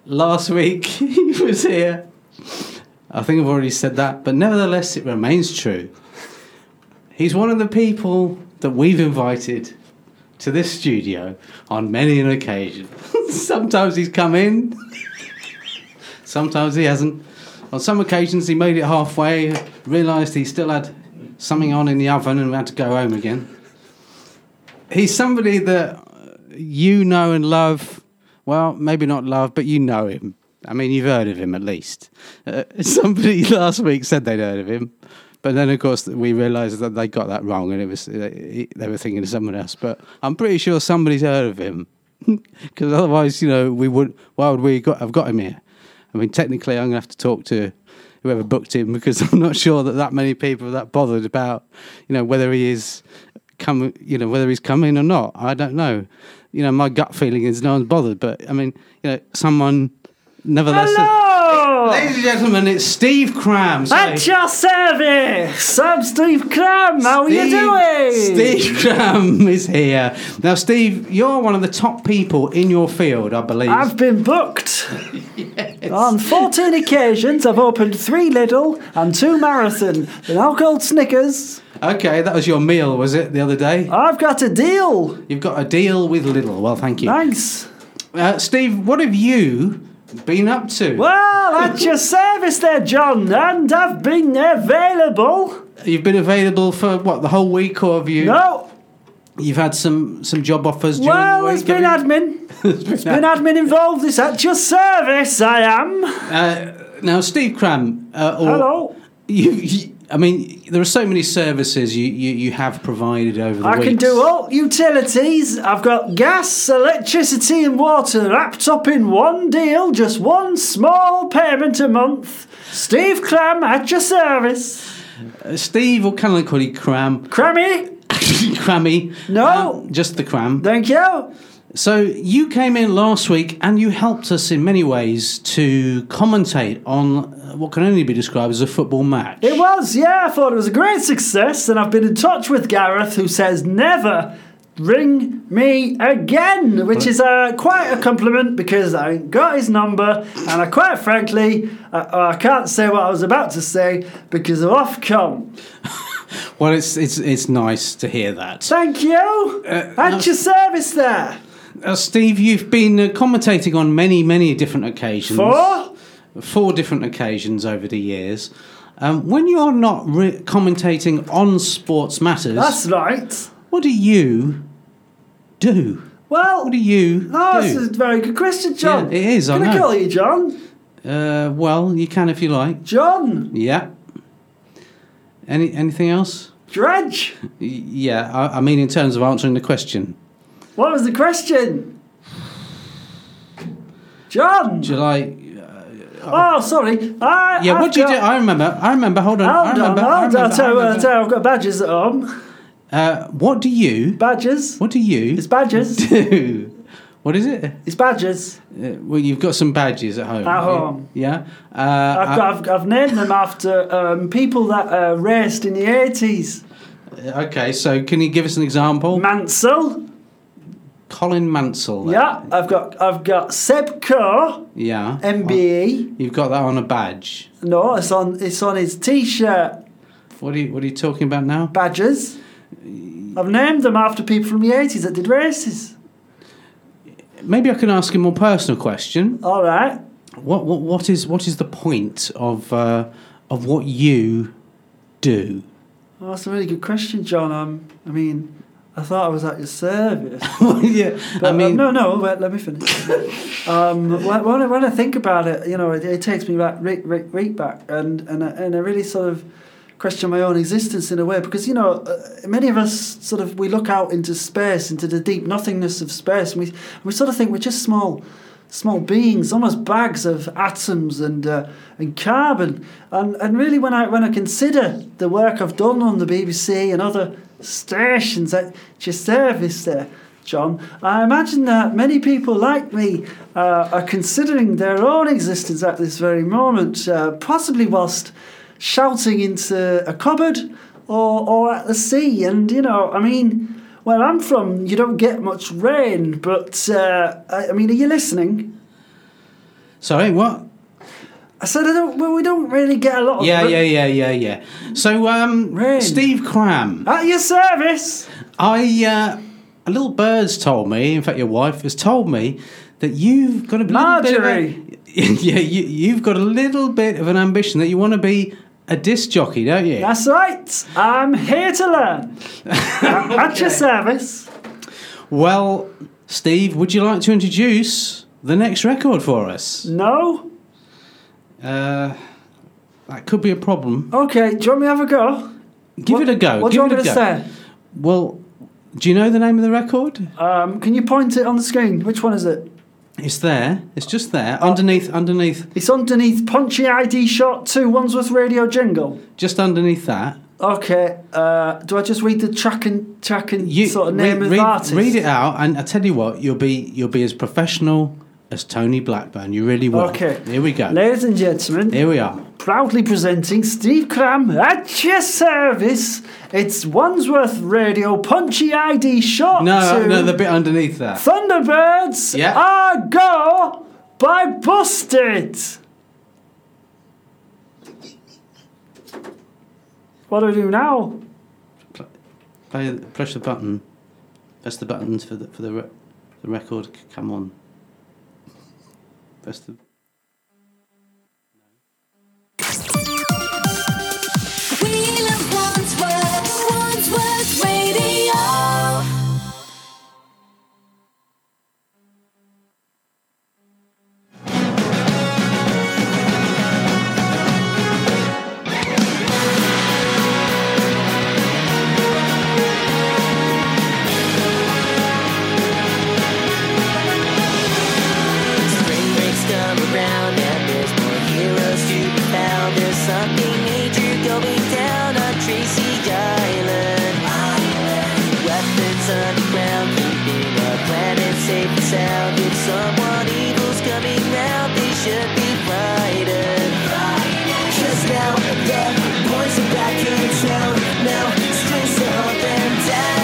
Last week, he was here. I think I've already said that, but nevertheless, it remains true. He's one of the people that we've invited to this studio on many an occasion. sometimes he's come in, sometimes he hasn't. On some occasions, he made it halfway, realised he still had something on in the oven and had to go home again. He's somebody that you know and love. Well, maybe not love, but you know him. I mean, you've heard of him at least. Uh, somebody last week said they'd heard of him, but then of course we realised that they got that wrong, and it was uh, they were thinking of someone else. But I'm pretty sure somebody's heard of him, because otherwise, you know, we would. Why would we got, have got him here? I mean, technically, I'm going to have to talk to whoever booked him because I'm not sure that that many people are that bothered about, you know, whether he is come, you know, whether he's coming or not. I don't know. You know, my gut feeling is no one's bothered, but I mean, you know, someone nevertheless. Hello! Ladies and gentlemen, it's Steve Cram. sorry. At your service! I'm Steve Cram, how are you doing? Steve Cram is here. Now, Steve, you're one of the top people in your field, I believe. I've been booked. On 14 occasions, I've opened three Lidl and two Marathon, an alcohol Snickers. Okay, that was your meal, was it, the other day? Uh, I've got a deal. You've got a deal with Lidl. Well, thank you. Thanks. Uh, Steve, what have you been up to? Well, at your service there, John, and I've been available. You've been available for what the whole week, or have you? No. You've had some some job offers during well, the week. it's been have admin. you? It's been admin involved. It's at your service, I am. Uh, now, Steve Cram. Uh, or Hello. You, you, I mean, there are so many services you, you, you have provided over the I weeks. can do all utilities. I've got gas, electricity, and water wrapped up in one deal, just one small payment a month. Steve Cram at your service. Uh, Steve, or can I call you Cram? Crammy? Crammy. Uh, No. just the Cram. Thank you. So you came in last week and you helped us in many ways to commentate on uh, what can only be described as a football match. It was, yeah, I thought it was a great success, and I've been in touch with Gareth, who says never ring me again, which is uh, quite a compliment because I ain't got his number, and I quite frankly, uh, I, I can't say what I was about to say because of Ofcom. Well, it's it's it's nice to hear that. Thank you! At your service there! Uh, Steve, you've been uh, commentating on many, many different occasions. Four? Four different occasions over the years. Um, when you're not re- commentating on sports matters, That's right. what do you do? Well, what do you Oh, do? this is a very good question, John. Yeah, it is, I Can I know. call you John? Uh, well, you can if you like. John! Yeah. Any anything else? Dredge! Y- Yeah, I, I mean in terms of answering the question. What was the question? John! July. Oh, sorry. I, Yeah, I've what do you do? got- I remember. I remember. Hold on. I Hold on, remember. I hold remember, on. uh, I'll tell you I what, I'll remember. tell you, I've got badges at home. Uh, what do you? Badges. What do you? It's badges. Do. What is it? It's badges. Uh, well, you've got some badges at home. At haven't you? home. Yeah. Uh, I've, I- got, I've, I've named them after um, people that uh, raced in the 80s. okay, so can you give us an example? Mansell. Colin Mansell. then. Yeah, I've got I've got Seb Kerr, Yeah. MBE. You've got that on a badge. E. No, it's on it's on his T-shirt. What are you What are you talking about now? Badges. I've named them after people from the 80s that did races. Maybe I can ask a more personal question. All right. What What, what is What is the point of uh, of what you do? Well, that's a really good question, John. Um, I mean, I thought I was at your service. yeah, I mean, um, no, no. Wait, let me finish. um, when, when I, when I think about it, you know, it, it takes me back, right, right, right back, and and I, and I really sort of question my own existence in a way because you know uh, many of us sort of we look out into space into the deep nothingness of space and we we sort of think we're just small small beings, almost bags of atoms and uh, and carbon. And and really, when I when I consider the work I've done on the BBC and other stations at your service there, John, I imagine that many people like me uh, are considering their own existence at this very moment, uh, possibly whilst shouting into a cupboard or or at the sea. And you know, I mean. Where I'm from, you don't get much rain, but uh, I, I mean, are you listening? Sorry, what? I said, I don't, well, we don't really get a lot of Yeah, ra- yeah, yeah, yeah, yeah. So, um, Steve Cram. At your service. I, uh, a little bird's told me, in fact, your wife has told me, that you've got a little Marjorie. bit of a, yeah, you, you've got a little bit of an ambition that you want to be a disc jockey, don't you? That's right. I'm here to learn. At your service. Well, Steve, would you like to introduce the next record for us. No? Uh, that could be a problem. Okay, do you want me to have a go? Give it a go. What Give do you want it me a to go. say? Well, do you know the name of the record? Um, can you point it on the screen? Which one is it? It's there. It's just there. oh. underneath, underneath, It's underneath Punchy ID Shot 2 Wandsworth Radio Jingle. just underneath that. Okay, uh, do I just read the track and track and You sort of name read, of read- artist? read it out, and I tell you what, you'll be you'll be as professional as Tony Blackburn. You really will. Okay. Here we go. Ladies and gentlemen, Here we are. proudly presenting Steve Cram at your service. It's Wandsworth Radio Punchy ID Shot No, uh, 2. no, the bit underneath that. Thunderbirds Yeah. are go by busted. What do we do now? Play, press the button. Press the buttons for the for the, re- the record. C- Come on. Press the. Spring breaks come around and there's more heroes to be found. There's something major going down on Tracy Island. Weapons underground, keeping our planet safe and sound. If someone evil's coming round, they should be frightened. Just now, the boys are back in town. Now, strings to hold them down.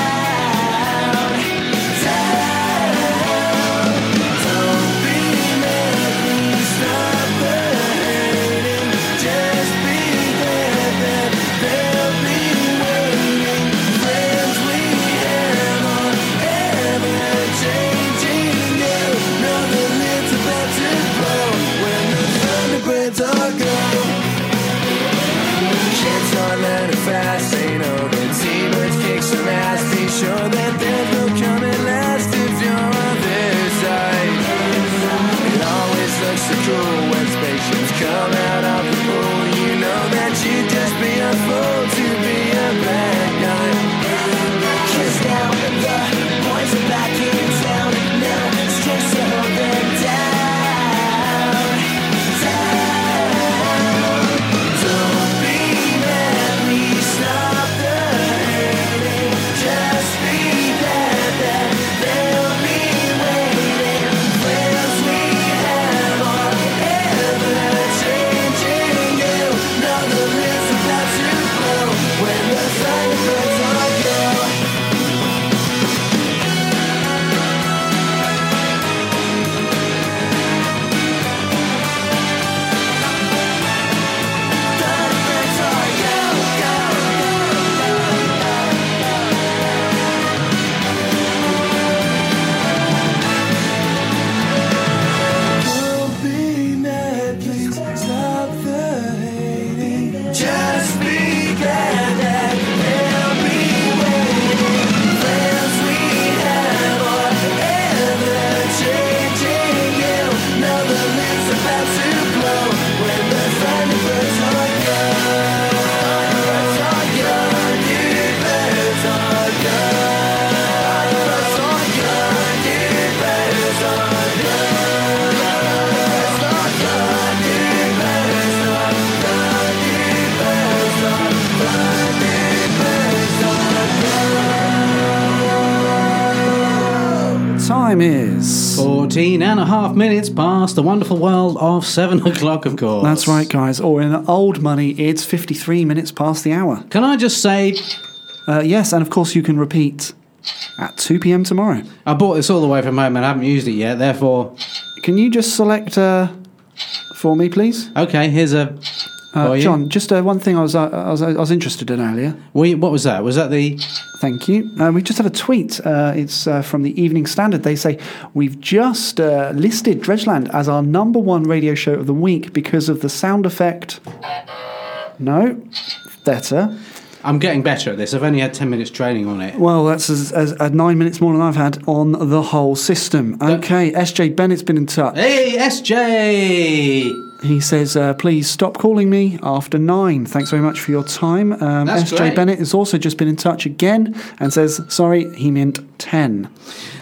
Down. Don't be mad, please stop the hurting. Just be there, that they'll be waiting. Friends we have are ever changing. Yeah, know the lid's about to blow when the thunderbirds are gone. Kids are learning fast, they know that T-Birds kick some ass. Be sure that there's no coming last if you're on their side. It always looks so cool when spaceships come out of the pool. You know that you'd just be a fool to be a bad guy. Kiss now, the boys are back in town. Now, stress to hold them down. Down. Don't be mad, we stop the hurting. Just be there that they'll be waiting. Friends we have are ever changing. You know the list about to blow when the thunderbirds are gone. Thunderbirds are gone, gone, gone, gone, gone. Don't be mad, please stop the hating. Just be glad that they'll be waiting. Friends we have are ever changing. You know the lid's about to blow when the thunderbirds are gone. Thunderbirds are gone. Dear birds are gone. Thunderbirds are gone. Dear birds are gone. Time is 14 and a half minutes past the wonderful world of 7 o'clock, of course. That's right, guys. Or in old money, it's 53 minutes past the hour. Can I just say. Uh, yes, and of course you can repeat at 2 pm tomorrow. I bought this all the way from home and I haven't used it yet, therefore. Can you just select uh, for me, please? Okay, here's a. Uh, for you. John, just uh, one thing I was, uh, I, was, I was interested in earlier. We, what was that? Was that the. Thank you. Uh, we just had a tweet. Uh, it's uh, from the Evening Standard. They say, We've just uh, listed Dredgeland as our number one radio show of the week because of the sound effect. No, better. I'm getting better at this. I've only had 10 minutes training on it. Well, that's as, as, uh, nine minutes more than I've had on the whole system. Okay, SJ Bennett's been in touch. Hey, SJ! He says, uh, please stop calling me after nine. Thanks very much for your time. Um, That's SJ great. Bennett has also just been in touch again and says, sorry, he meant 10.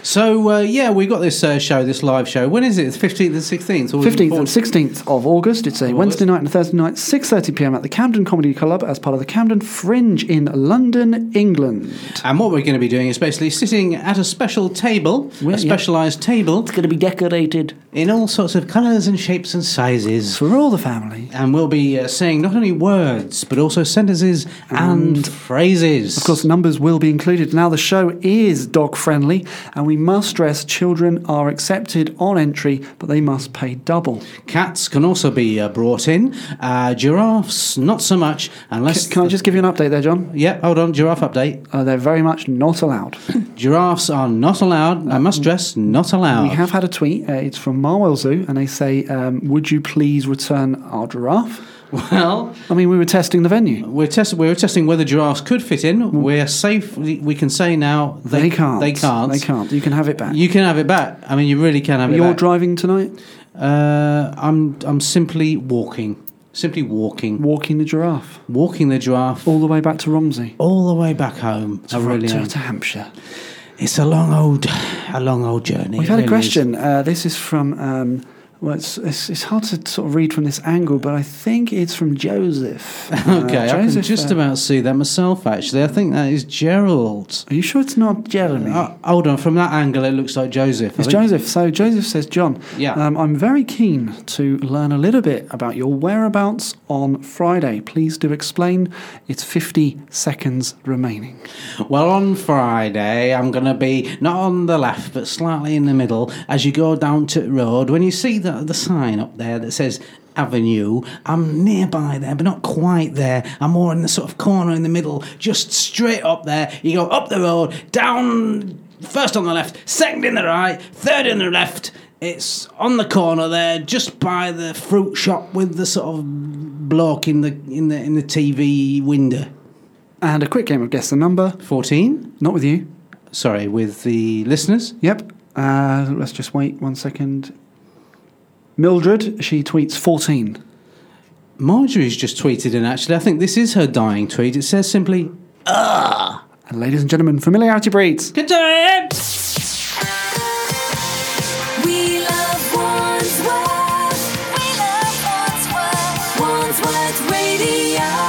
So, uh, yeah, we got this uh, show, this live show. When is it? The 15th and 16th? Or even 15th and 14th? 16th of August. It's a Wednesday night and a Thursday night, 6.30pm at the Camden Comedy Club as part of the Camden Fringe in London, England. And what we're going to be doing is basically sitting at a special table, a specialised table. It's going to be decorated in all sorts of colours and shapes and sizes for all the family. And we'll be uh, saying not only words but also sentences and, phrases. Of course, numbers will be included. Now, the show is dog friendly, and we must stress children are accepted on entry, but they must pay double. Cats can also be uh, brought in. Uh, giraffes, not so much, unless. Can I just give you an update there, John? Yeah, hold on. Giraffe update. Uh, they're very much not allowed. Giraffes are not allowed. I must dress. Not allowed. Uh, We have had a tweet. Uh, it's from Marwell Zoo, and they say, um, "Would you please return our giraffe?" Well, I mean, we were testing the venue. We're test- we were testing whether giraffes could fit in. We're safe. We we can say now Mm. They they, can't. They can't. They can't. You can have it back. You can have it back. I mean, you really can have it You're back. driving tonight. Uh, I'm I'm simply walking. Simply walking. Walking the giraffe. Walking the giraffe. All the way back to Romsey. All the way back home. I Fro- really to, am. to Hampshire. It's a long old, a long old journey. We've It had a really is. question. Uh, this is from. Um, well, it's, it's, it's hard to sort of read from this angle, but I think it's from Joseph. Uh, Okay, I can Joseph, just uh, about see that myself. Actually, I think that is Gerald. Are you sure it's not Jeremy? Uh, hold on, from that angle, it looks like Joseph. I It's think- Joseph. So Joseph says, John, Yeah. um, I'm very keen to learn a little bit about your whereabouts on Friday. Please do explain. It's 50 seconds remaining. Well, on Friday, I'm going to be not on the left, but slightly in the middle as you go down to the road. When you see the, the sign up there that says Avenue, I'm nearby there, but not quite there. I'm more in the sort of corner in the middle, just straight up there. You go up the road, down first on the left, second in the right, third in the left. It's on the corner there, just by the fruit shop with the sort of bloke in the in the in the TV window. And a quick game of guess the number. 14? Not with you. Sorry, with the listeners? Yep. Uh, let's just wait one second. Mildred, she tweets 14. Marjorie's just tweeted in actually. I think this is her dying tweet. It says simply, ah. And ladies and gentlemen, familiarity breeds. Good time! We love Wandsworth. We love Wandsworth. Wandsworth Radio.